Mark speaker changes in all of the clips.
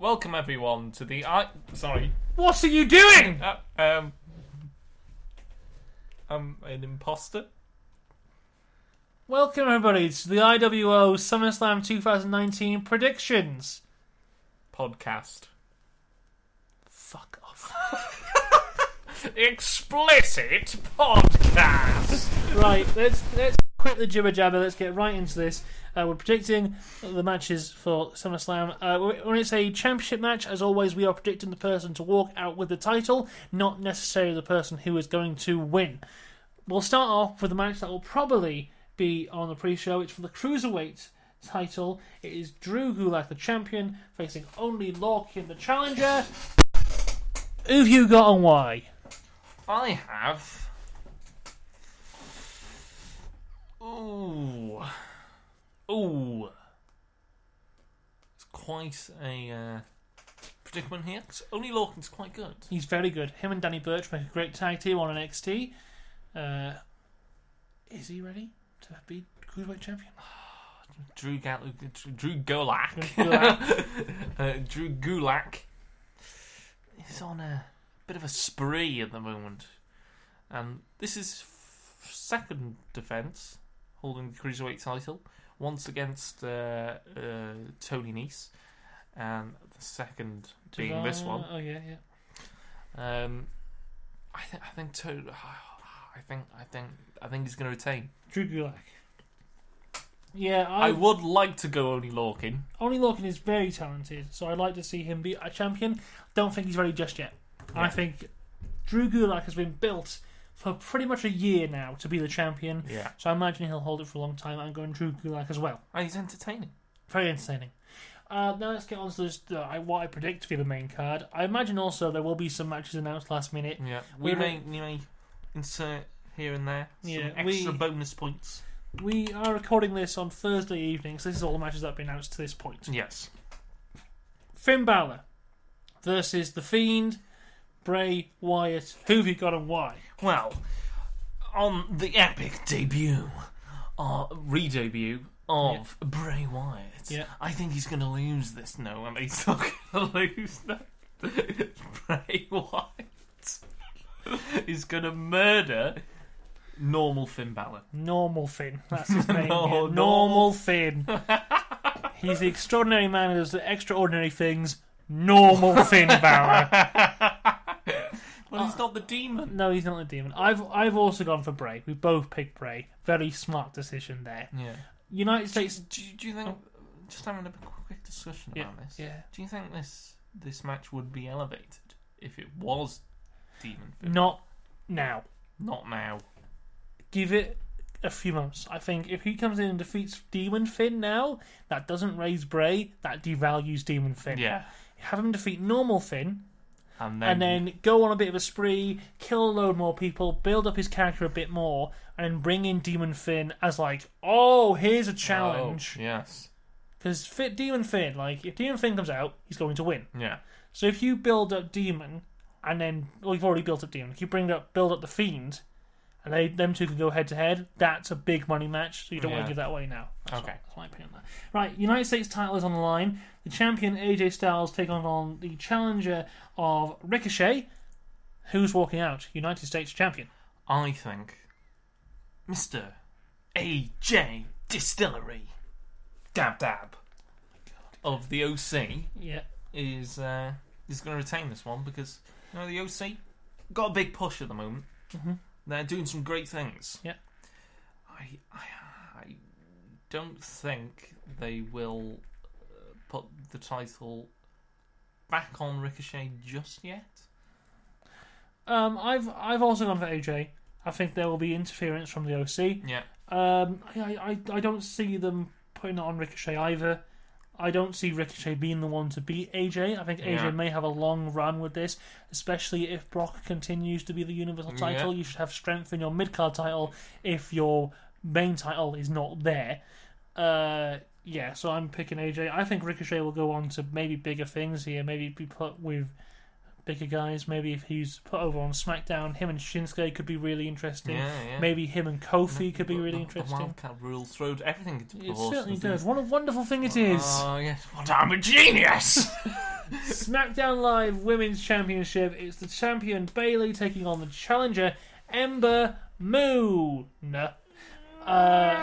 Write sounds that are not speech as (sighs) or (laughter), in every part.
Speaker 1: Welcome everyone to the I. Sorry,
Speaker 2: What are you doing?
Speaker 1: Uh, um, I'm an imposter.
Speaker 2: Welcome, everybody, to the IWO SummerSlam 2019 predictions.
Speaker 1: Podcast
Speaker 2: Fuck off.
Speaker 1: explicit podcast.
Speaker 2: right, let's let's quit the jibber jabber. Let's get right into this. Uh, we're predicting the matches for SummerSlam. Uh, when it's a championship match, as always, we are predicting the person to walk out with the title, not necessarily the person who is going to win. We'll start off with a match that will probably be on the pre-show. It's for the cruiserweight title. It is Drew Gulak, the champion, facing only Lorcan, the challenger. Who've you got and why?
Speaker 1: I have. Ooh, ooh. It's quite a uh, predicament here. 'cause Only Lorcan's quite good.
Speaker 2: He's very good. Him and Danny Birch make a great tag team on NXT. Uh, is he ready to be cruiserweight champion?
Speaker 1: Drew Gal- Drew Golak.
Speaker 2: Drew Gulak.
Speaker 1: (laughs) uh, Drew Gulak is on a bit of a spree at the moment, and this is f- second defense holding the cruiserweight title once against uh, uh, Tony Nese, and the second being this one.
Speaker 2: Oh yeah, yeah.
Speaker 1: Um, I, th- I think to- (sighs) I think I think I think he's going to retain.
Speaker 2: Drew Gulak. Yeah,
Speaker 1: I,
Speaker 2: I,
Speaker 1: would like to go only Larkin.
Speaker 2: Only Larkin is very talented, so I'd like to see him be a champion. Don't think he's ready just yet. I think Drew Gulak has been built for pretty much a year now to be the champion.
Speaker 1: Yeah,
Speaker 2: So I imagine he'll hold it for a long time. I'm going Drew Gulak as well.
Speaker 1: and he's entertaining.
Speaker 2: Very entertaining. Uh, now let's get on to this, uh, I- what I predict to be the main card. I imagine also there will be some matches announced last minute.
Speaker 1: Yeah, we
Speaker 2: We're-
Speaker 1: may, we may insert here and there some
Speaker 2: Yeah,
Speaker 1: extra
Speaker 2: we-
Speaker 1: bonus points.
Speaker 2: We are recording this on Thursday evening, so this is all the matches that have been announced to this point.
Speaker 1: Yes.
Speaker 2: Finn Balor versus The Fiend, Bray Wyatt. Who have you got and why?
Speaker 1: Well, on the epic debut, or re-debut of Bray Wyatt,
Speaker 2: Yeah.
Speaker 1: I think he's going to lose this. No, I mean, (laughs) he's not going to lose that. (laughs) Bray Wyatt (laughs) is going to murder normal Finn Balor.
Speaker 2: Normal Finn. That's his name.
Speaker 1: No,
Speaker 2: yeah.
Speaker 1: normal-
Speaker 2: Normal Finn. He's the extraordinary man who does the extraordinary things. Normal Finn Balor.
Speaker 1: Well, he's not the demon.
Speaker 2: No, he's not the demon. I've I've also gone for Bray. We both picked Bray. Very smart decision there.
Speaker 1: Yeah.
Speaker 2: United
Speaker 1: Do,
Speaker 2: States.
Speaker 1: do, do you think? Just having a quick discussion
Speaker 2: Oh. Yeah,
Speaker 1: about this.
Speaker 2: yeah.
Speaker 1: Do you think this this match would be elevated if it was Demon Finn?
Speaker 2: Not now.
Speaker 1: Not now.
Speaker 2: Give it a few months. I think if he comes in and defeats Demon Finn now, that doesn't raise Bray. That devalues Demon Finn.
Speaker 1: Yeah.
Speaker 2: Have him defeat normal Finn,
Speaker 1: And then,
Speaker 2: and then go on a bit of a spree, kill a load more people, build up his character a bit more, and then bring in Demon Finn as like, oh, here's a challenge.
Speaker 1: Oh, yes.
Speaker 2: Because fit Demon Finn, like if Demon Finn comes out, he's going to win.
Speaker 1: Yeah.
Speaker 2: So if you build up Demon and then well you've already built up Demon, if you bring up build up the Fiend and they them two can go head to head, that's a big money match, so you don't want
Speaker 1: Yeah.
Speaker 2: to give that away now. That's
Speaker 1: Okay.
Speaker 2: my- that's my opinion on that. Right, United States title is on the line. The champion AJ Styles taking on the challenger of Ricochet. Who's walking out? United States champion.
Speaker 1: I think Mr. AJ Distillery Dab Dab of the OC
Speaker 2: Yeah.
Speaker 1: is uh, is going to retain this one because you know the OC got a big push at the moment.
Speaker 2: Mhm.
Speaker 1: They're doing some great things.
Speaker 2: Yeah.
Speaker 1: I I, I don't think they will uh, put the title back on Ricochet just yet.
Speaker 2: Um, I've I've also gone for AJ. I think there will be interference from the OC.
Speaker 1: Yeah.
Speaker 2: Um, I, I, I don't see them putting it on Ricochet either. I don't see Ricochet being the one to beat AJ. I think AJ
Speaker 1: Yeah.
Speaker 2: may have a long run with this, especially if Brock continues to be the Universal
Speaker 1: Yeah.
Speaker 2: title. You should have strength in your mid card title if your main title is not there. Uh, yeah, so I'm picking AJ. I think Ricochet will go on to maybe bigger things here, maybe be put with bigger guys. Maybe if he's put over on SmackDown, him and Shinsuke could be really interesting.
Speaker 1: Yeah, yeah.
Speaker 2: Maybe him and Kofi
Speaker 1: The-
Speaker 2: could be
Speaker 1: the-
Speaker 2: really
Speaker 1: the
Speaker 2: interesting.
Speaker 1: Wildcat rule throwed everything into
Speaker 2: It
Speaker 1: proportion,
Speaker 2: certainly
Speaker 1: didn't
Speaker 2: does. What a wonderful thing it is.
Speaker 1: Oh yes, what I'm a genius.
Speaker 2: (laughs)
Speaker 1: (laughs)
Speaker 2: SmackDown Live Women's Championship. It's the champion Bailey taking on the challenger Ember Moon. Uh,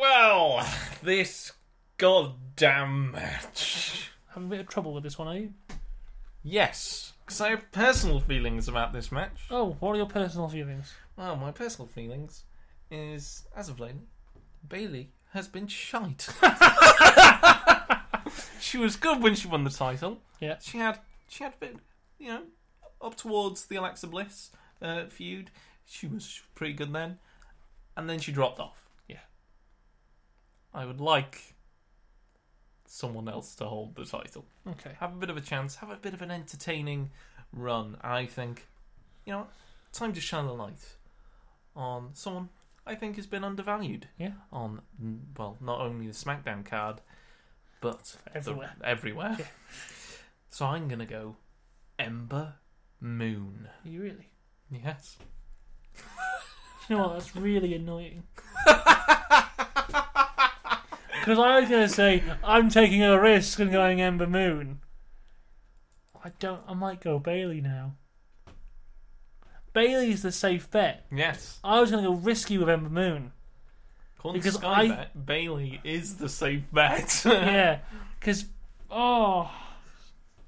Speaker 1: well, this goddamn match.
Speaker 2: having a bit of trouble with this one, are you?
Speaker 1: Yes, because I have personal feelings about this match.
Speaker 2: Oh, what are your personal feelings?
Speaker 1: Well, my personal feelings is, as of late, Bailey has been
Speaker 2: (laughs)
Speaker 1: shite. she was good when she won the title.
Speaker 2: Yeah.
Speaker 1: She had she had a bit, you know, up towards the Alexa Bliss uh, feud. She was pretty good then, and then she dropped off.
Speaker 2: Yeah.
Speaker 1: I would like someone else to hold the title.
Speaker 2: Okay.
Speaker 1: Have a bit of a chance. Have a bit of an entertaining run. I think, you know, time to shine a light on someone I think has been undervalued
Speaker 2: Yeah.
Speaker 1: on mm, well not only the SmackDown card, but the-
Speaker 2: Everywhere.
Speaker 1: everywhere. So I'm gonna go Ember Moon.
Speaker 2: Are you really?
Speaker 1: Yes.
Speaker 2: (laughs) You know what? That's really annoying. Because I was going to say I'm taking a risk and going Ember Moon. I don't. I might go Bailey now. Bailey's the safe bet.
Speaker 1: Yes.
Speaker 2: I was going to go risky with Ember Moon.
Speaker 1: According
Speaker 2: Because
Speaker 1: to Sky
Speaker 2: I-
Speaker 1: Bet, Bailey is the safe bet.
Speaker 2: (laughs) Yeah, because oh,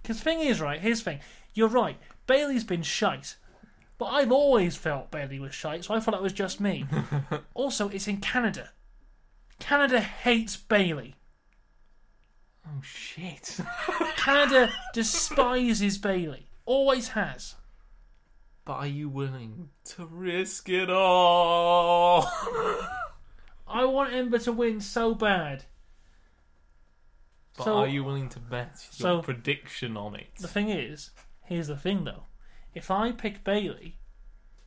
Speaker 2: because thing is right. Here's the thing. You're right. Bailey's been shite, but I've always felt Bailey was shite, so I thought that was just me. also, it's in Canada. Canada hates Bailey.
Speaker 1: Oh shit.
Speaker 2: Canada despises Bailey. Always has.
Speaker 1: But are you willing to risk it all? (laughs)
Speaker 2: I want Ember to win so bad.
Speaker 1: but
Speaker 2: So-
Speaker 1: are you willing to bet your
Speaker 2: so-
Speaker 1: prediction on it?
Speaker 2: The thing is, here's the thing though. If I pick Bailey,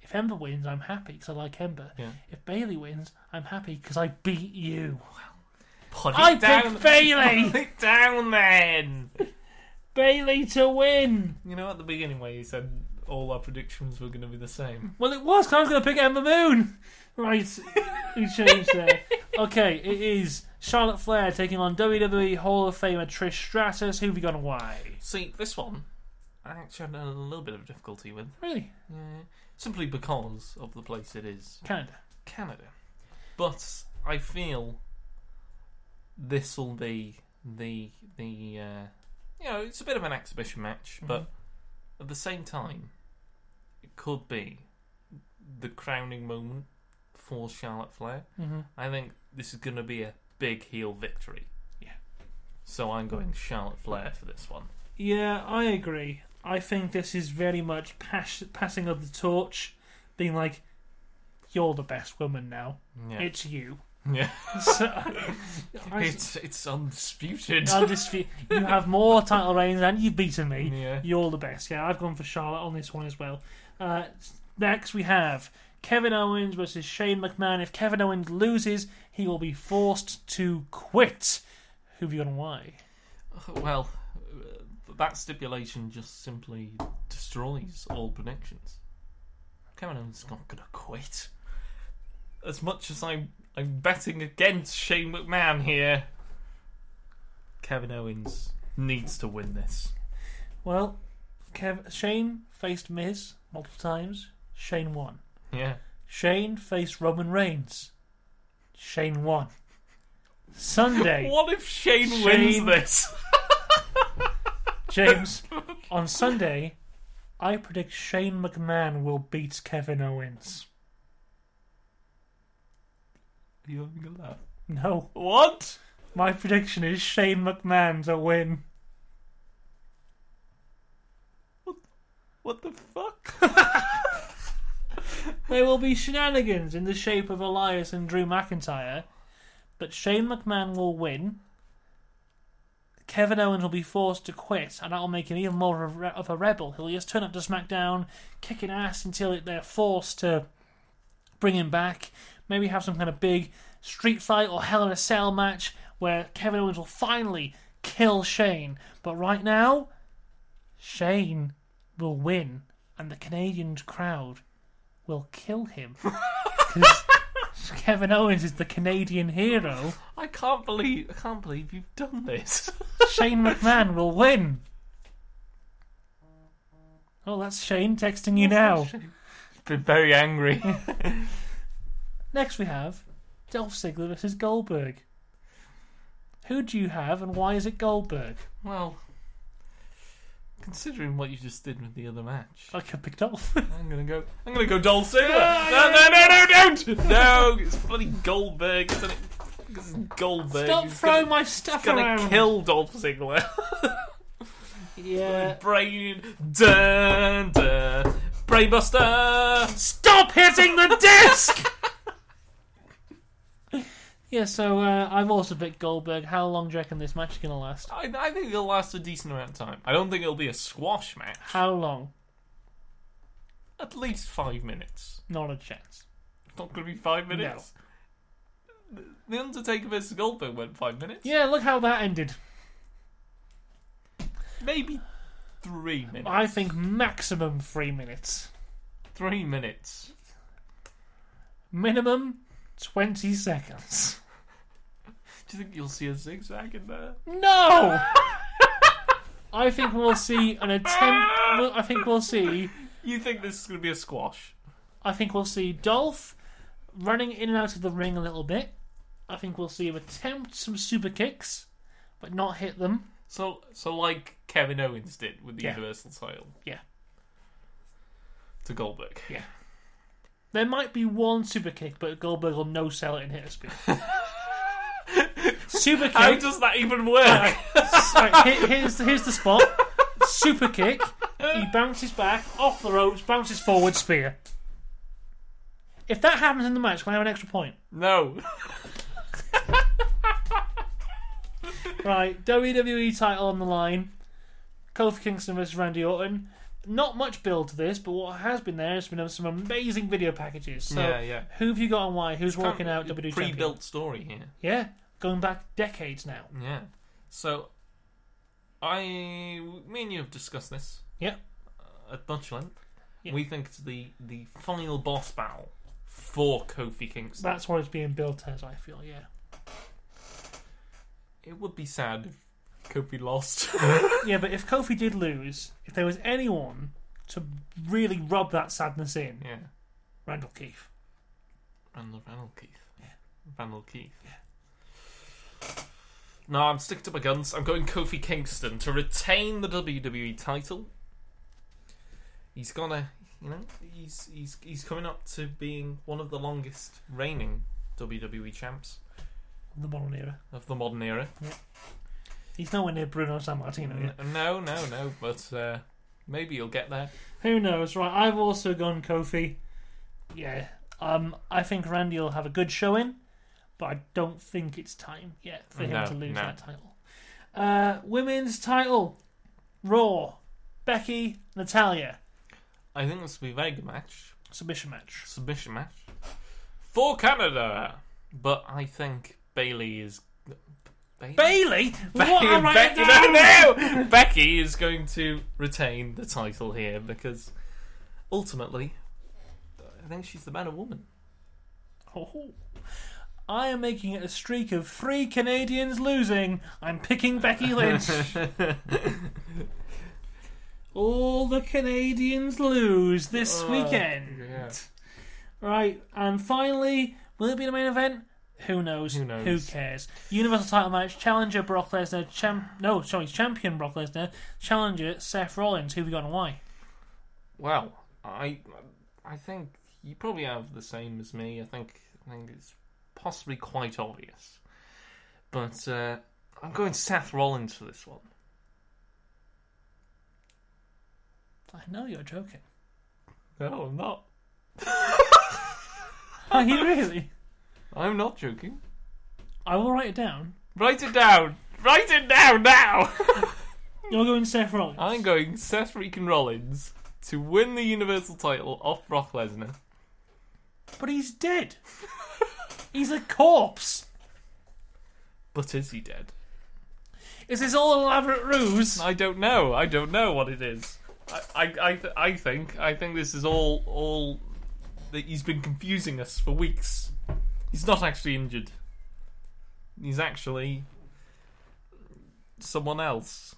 Speaker 2: if Ember wins, I'm happy because I like Ember.
Speaker 1: Yeah.
Speaker 2: If Bailey wins, I'm happy because I beat you.
Speaker 1: (laughs) Put
Speaker 2: I
Speaker 1: it down,
Speaker 2: picked Bayley!
Speaker 1: Put it down then.
Speaker 2: Bailey to win.
Speaker 1: You know, at the beginning where you said all our predictions were going to be the same.
Speaker 2: Well, it was. 'cause I was going to pick Ember Moon. Right, we changed there. Okay, it is Charlotte Flair taking on WWE Hall of Famer Trish Stratus. Who've you gone? Why?
Speaker 1: See, this one I actually had a little bit of difficulty with,
Speaker 2: Really,
Speaker 1: yeah, simply because of the place it is,
Speaker 2: Canada.
Speaker 1: Canada. But I feel this will be the the uh, you know it's a bit of an exhibition match, but at the same time, it could be the crowning moment for Charlotte Flair.
Speaker 2: Mm-hmm.
Speaker 1: I think this is going to be a big heel victory.
Speaker 2: Yeah.
Speaker 1: So I'm going Charlotte Flair for this one.
Speaker 2: Yeah, I agree. I think this is very much pas- passing of the torch, being like, "You're the best woman now.
Speaker 1: Yeah.
Speaker 2: It's you."
Speaker 1: yeah.
Speaker 2: (laughs) So, I-
Speaker 1: (laughs) It's it's undisputed.
Speaker 2: I'll just fe- you have more title reigns and you've beaten me.
Speaker 1: Yeah.
Speaker 2: You're the best. Yeah, I've gone for Charlotte on this one as well. Uh, next, we have Kevin Owens versus Shane McMahon. If Kevin Owens loses, he will be forced to quit. Who've you got and why?
Speaker 1: (laughs) Well, uh, that stipulation just simply destroys all predictions. Kevin Owens is not going to quit. As much as I'm, I'm betting against Shane McMahon here, Kevin Owens needs to win this.
Speaker 2: Well, Kev- Shane faced Miz multiple times. Shane won.
Speaker 1: Yeah.
Speaker 2: Shane faced Roman Reigns. Shane won. Sunday.
Speaker 1: (laughs) What if Shane,
Speaker 2: Shane-
Speaker 1: wins this?
Speaker 2: James, on Sunday, I predict Shane McMahon will beat Kevin Owens.
Speaker 1: Are you having a laugh?
Speaker 2: No,
Speaker 1: What?
Speaker 2: my prediction is Shane McMahon to win.
Speaker 1: What the fuck? (laughs)
Speaker 2: There will be shenanigans in the shape of Elias and Drew McIntyre, but Shane McMahon will win. Kevin Owens will be forced to quit, and that will make him even more of a re- of a rebel. He'll just turn up to SmackDown, kicking ass until it- they're forced to bring him back. Maybe have some kind of big street fight or Hell in a Cell match where Kevin Owens will finally kill Shane. But right now, Shane will win, and the Canadian crowd will kill him. 'Cause (laughs) Kevin Owens is the Canadian hero,
Speaker 1: I can't believe I can't believe you've done this.
Speaker 2: Shane McMahon will win. Oh, that's Shane
Speaker 1: (laughs)
Speaker 2: texting you now.
Speaker 1: Been very angry.
Speaker 2: Next, we have Dolph Ziggler versus Goldberg. Who do you have, and why is it Goldberg?
Speaker 1: well, considering what you just did with the other (laughs) match,
Speaker 2: I could pick Dolph.
Speaker 1: I'm gonna go. I'm gonna go Dolph Ziggler.
Speaker 2: Yeah,
Speaker 1: no,
Speaker 2: yeah,
Speaker 1: no, no, no, don't! No, it's bloody Goldberg, isn't it? This is Goldberg.
Speaker 2: Stop
Speaker 1: He's
Speaker 2: throwing
Speaker 1: gonna,
Speaker 2: my stuff
Speaker 1: gonna
Speaker 2: around.
Speaker 1: kill Dolph Ziggler. (laughs)
Speaker 2: Yeah.
Speaker 1: Brain, dun, dun, brainbuster.
Speaker 2: Stop hitting the desk. yeah. So uh, I've also picked Goldberg. How long do you reckon this match is gonna
Speaker 1: (laughs)
Speaker 2: last?
Speaker 1: I, I think it'll last a decent amount of time. I don't think it'll be a squash match.
Speaker 2: How long?
Speaker 1: At least five minutes.
Speaker 2: Not a chance.
Speaker 1: It's not going to be five minutes. The Undertaker versus Goldberg went five minutes.
Speaker 2: Yeah. Look how that ended.
Speaker 1: Maybe three minutes.
Speaker 2: I think maximum three minutes.
Speaker 1: Three minutes.
Speaker 2: Minimum twenty seconds.
Speaker 1: Do you think you'll see a zigzag in there?
Speaker 2: No. I think we'll see an attempt. well, I think we'll see.
Speaker 1: You think this is going to be a squash?
Speaker 2: I think we'll see Dolph running in and out of the ring a little bit. I think we'll see him attempt some super kicks, but not hit them.
Speaker 1: So, so like Kevin Owens did with the
Speaker 2: Yeah.
Speaker 1: Universal title.
Speaker 2: Yeah.
Speaker 1: To Goldberg.
Speaker 2: Yeah. There might be one super kick, but Goldberg will no sell it and hit a spear. super
Speaker 1: How
Speaker 2: kick.
Speaker 1: does that even work?
Speaker 2: (laughs) Sorry, here- here's, here's the spot. Super kick. He bounces back, off the ropes, bounces forward, spear. If that happens in the match, can I have an extra point?
Speaker 1: no.
Speaker 2: Right, WWE title on the line. Kofi Kingston versus Randy Orton. Not much build to this, but what has been there has been some amazing video packages. So,
Speaker 1: Yeah, yeah.
Speaker 2: who have you got and why? Who's walking out WWE
Speaker 1: Pre
Speaker 2: champion?
Speaker 1: built story here.
Speaker 2: Yeah, going back decades now.
Speaker 1: Yeah. So, I, me and you have discussed this
Speaker 2: Yep.
Speaker 1: at much length.
Speaker 2: Yeah.
Speaker 1: We think it's the the final boss battle for Kofi Kingston.
Speaker 2: That's what it's being built as, I feel, yeah.
Speaker 1: It would be sad if Kofi lost. (laughs)
Speaker 2: Yeah, but if Kofi did lose, if there was anyone to really rub that sadness in,
Speaker 1: yeah.
Speaker 2: Randall Keefe.
Speaker 1: Randall Randall Keith. Yeah. Randall Keith. Yeah. No, I'm sticking to my guns. I'm going Kofi Kingston to retain the WWE title. He's gonna, you know, he's he's he's coming up to being one of the longest reigning WWE champs
Speaker 2: The modern era.
Speaker 1: of the modern era.
Speaker 2: He's nowhere near Bruno San Martino yet.
Speaker 1: N- No, no, no, but uh, maybe you'll get there.
Speaker 2: Who knows? Right, I've also gone Kofi. Yeah. Um, I think Randy will have a good showing, but I don't think it's time yet for him
Speaker 1: No,
Speaker 2: to lose
Speaker 1: no.
Speaker 2: that title. Uh, women's title Raw. Becky, Natalia.
Speaker 1: I think this will be a very good match,
Speaker 2: Submission match.
Speaker 1: submission match for Canada. But I think Bailey is Bailey.
Speaker 2: Bailey? What? I write it
Speaker 1: Becky,
Speaker 2: down!
Speaker 1: no, no! Becky is going to retain the title here because ultimately, I think she's the better (laughs) woman.
Speaker 2: Oh. I am making it a streak of three Canadians losing. I'm picking
Speaker 1: (laughs)
Speaker 2: Becky Lynch. All the Canadians lose this
Speaker 1: Oh,
Speaker 2: weekend.
Speaker 1: yeah.
Speaker 2: Right, and finally, will it be the main event? Who knows?
Speaker 1: Who knows?
Speaker 2: cares? Universal title match, challenger Brock Lesnar, champ no, sorry, champion Brock Lesnar, challenger Seth Rollins. Who have we got and why?
Speaker 1: Well, I, I think you probably have the same as me. I think I think it's possibly quite obvious, but uh, I'm going Seth Rollins for this one.
Speaker 2: I know
Speaker 1: (laughs)
Speaker 2: you're joking.
Speaker 1: No, I'm not.
Speaker 2: Are you really?
Speaker 1: I'm not joking.
Speaker 2: I will write it down.
Speaker 1: Write it down. Write it down now. (laughs)
Speaker 2: You're going Seth Rollins.
Speaker 1: I'm going Seth freaking Rollins to win the Universal title off Brock Lesnar.
Speaker 2: But he's dead. he's a corpse.
Speaker 1: But is he dead?
Speaker 2: Is this all an elaborate ruse?
Speaker 1: I don't know. I don't know what it is. I, I, I, th- I think I think this is all all that he's been confusing us for weeks. He's not actually injured. He's actually someone else.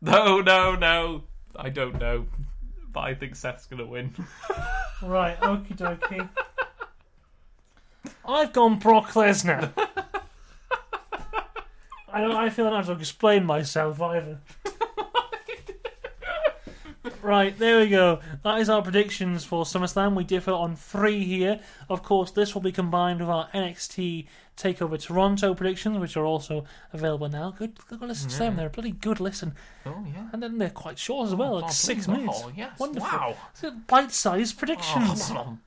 Speaker 1: No, no, no. I don't know. But I think Seth's going to win.
Speaker 2: Right, okie dokie. I've gone Brock Lesnar. (laughs) I don't. I feel I don't have to explain myself either. right, there we go. That is our predictions for SummerSlam. We differ on three here. Of course, this will be combined with our NXT Takeover Toronto predictions, which are also available now. Good, good listen to them. They're a bloody good listen,
Speaker 1: Oh, yeah.
Speaker 2: and then they're quite short as well, like
Speaker 1: Oh,
Speaker 2: six
Speaker 1: please, oh,
Speaker 2: minutes.
Speaker 1: yes.
Speaker 2: Wonderful.
Speaker 1: Wow.
Speaker 2: Bite-sized
Speaker 1: Oh,
Speaker 2: predictions.
Speaker 1: come on.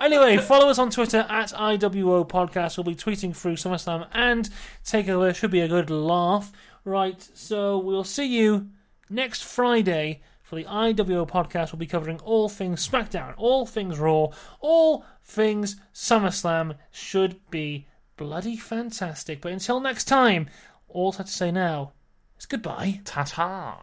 Speaker 2: Anyway, follow us on Twitter at IWO Podcast. We'll be tweeting through SummerSlam and Takeover. Should be a good laugh. Right, so we'll see you next Friday for the IWO Podcast. We'll be covering all things SmackDown, all things Raw, all things SummerSlam. Should be bloody fantastic. But until next time, all I have to say now is goodbye.
Speaker 1: Ta-ta.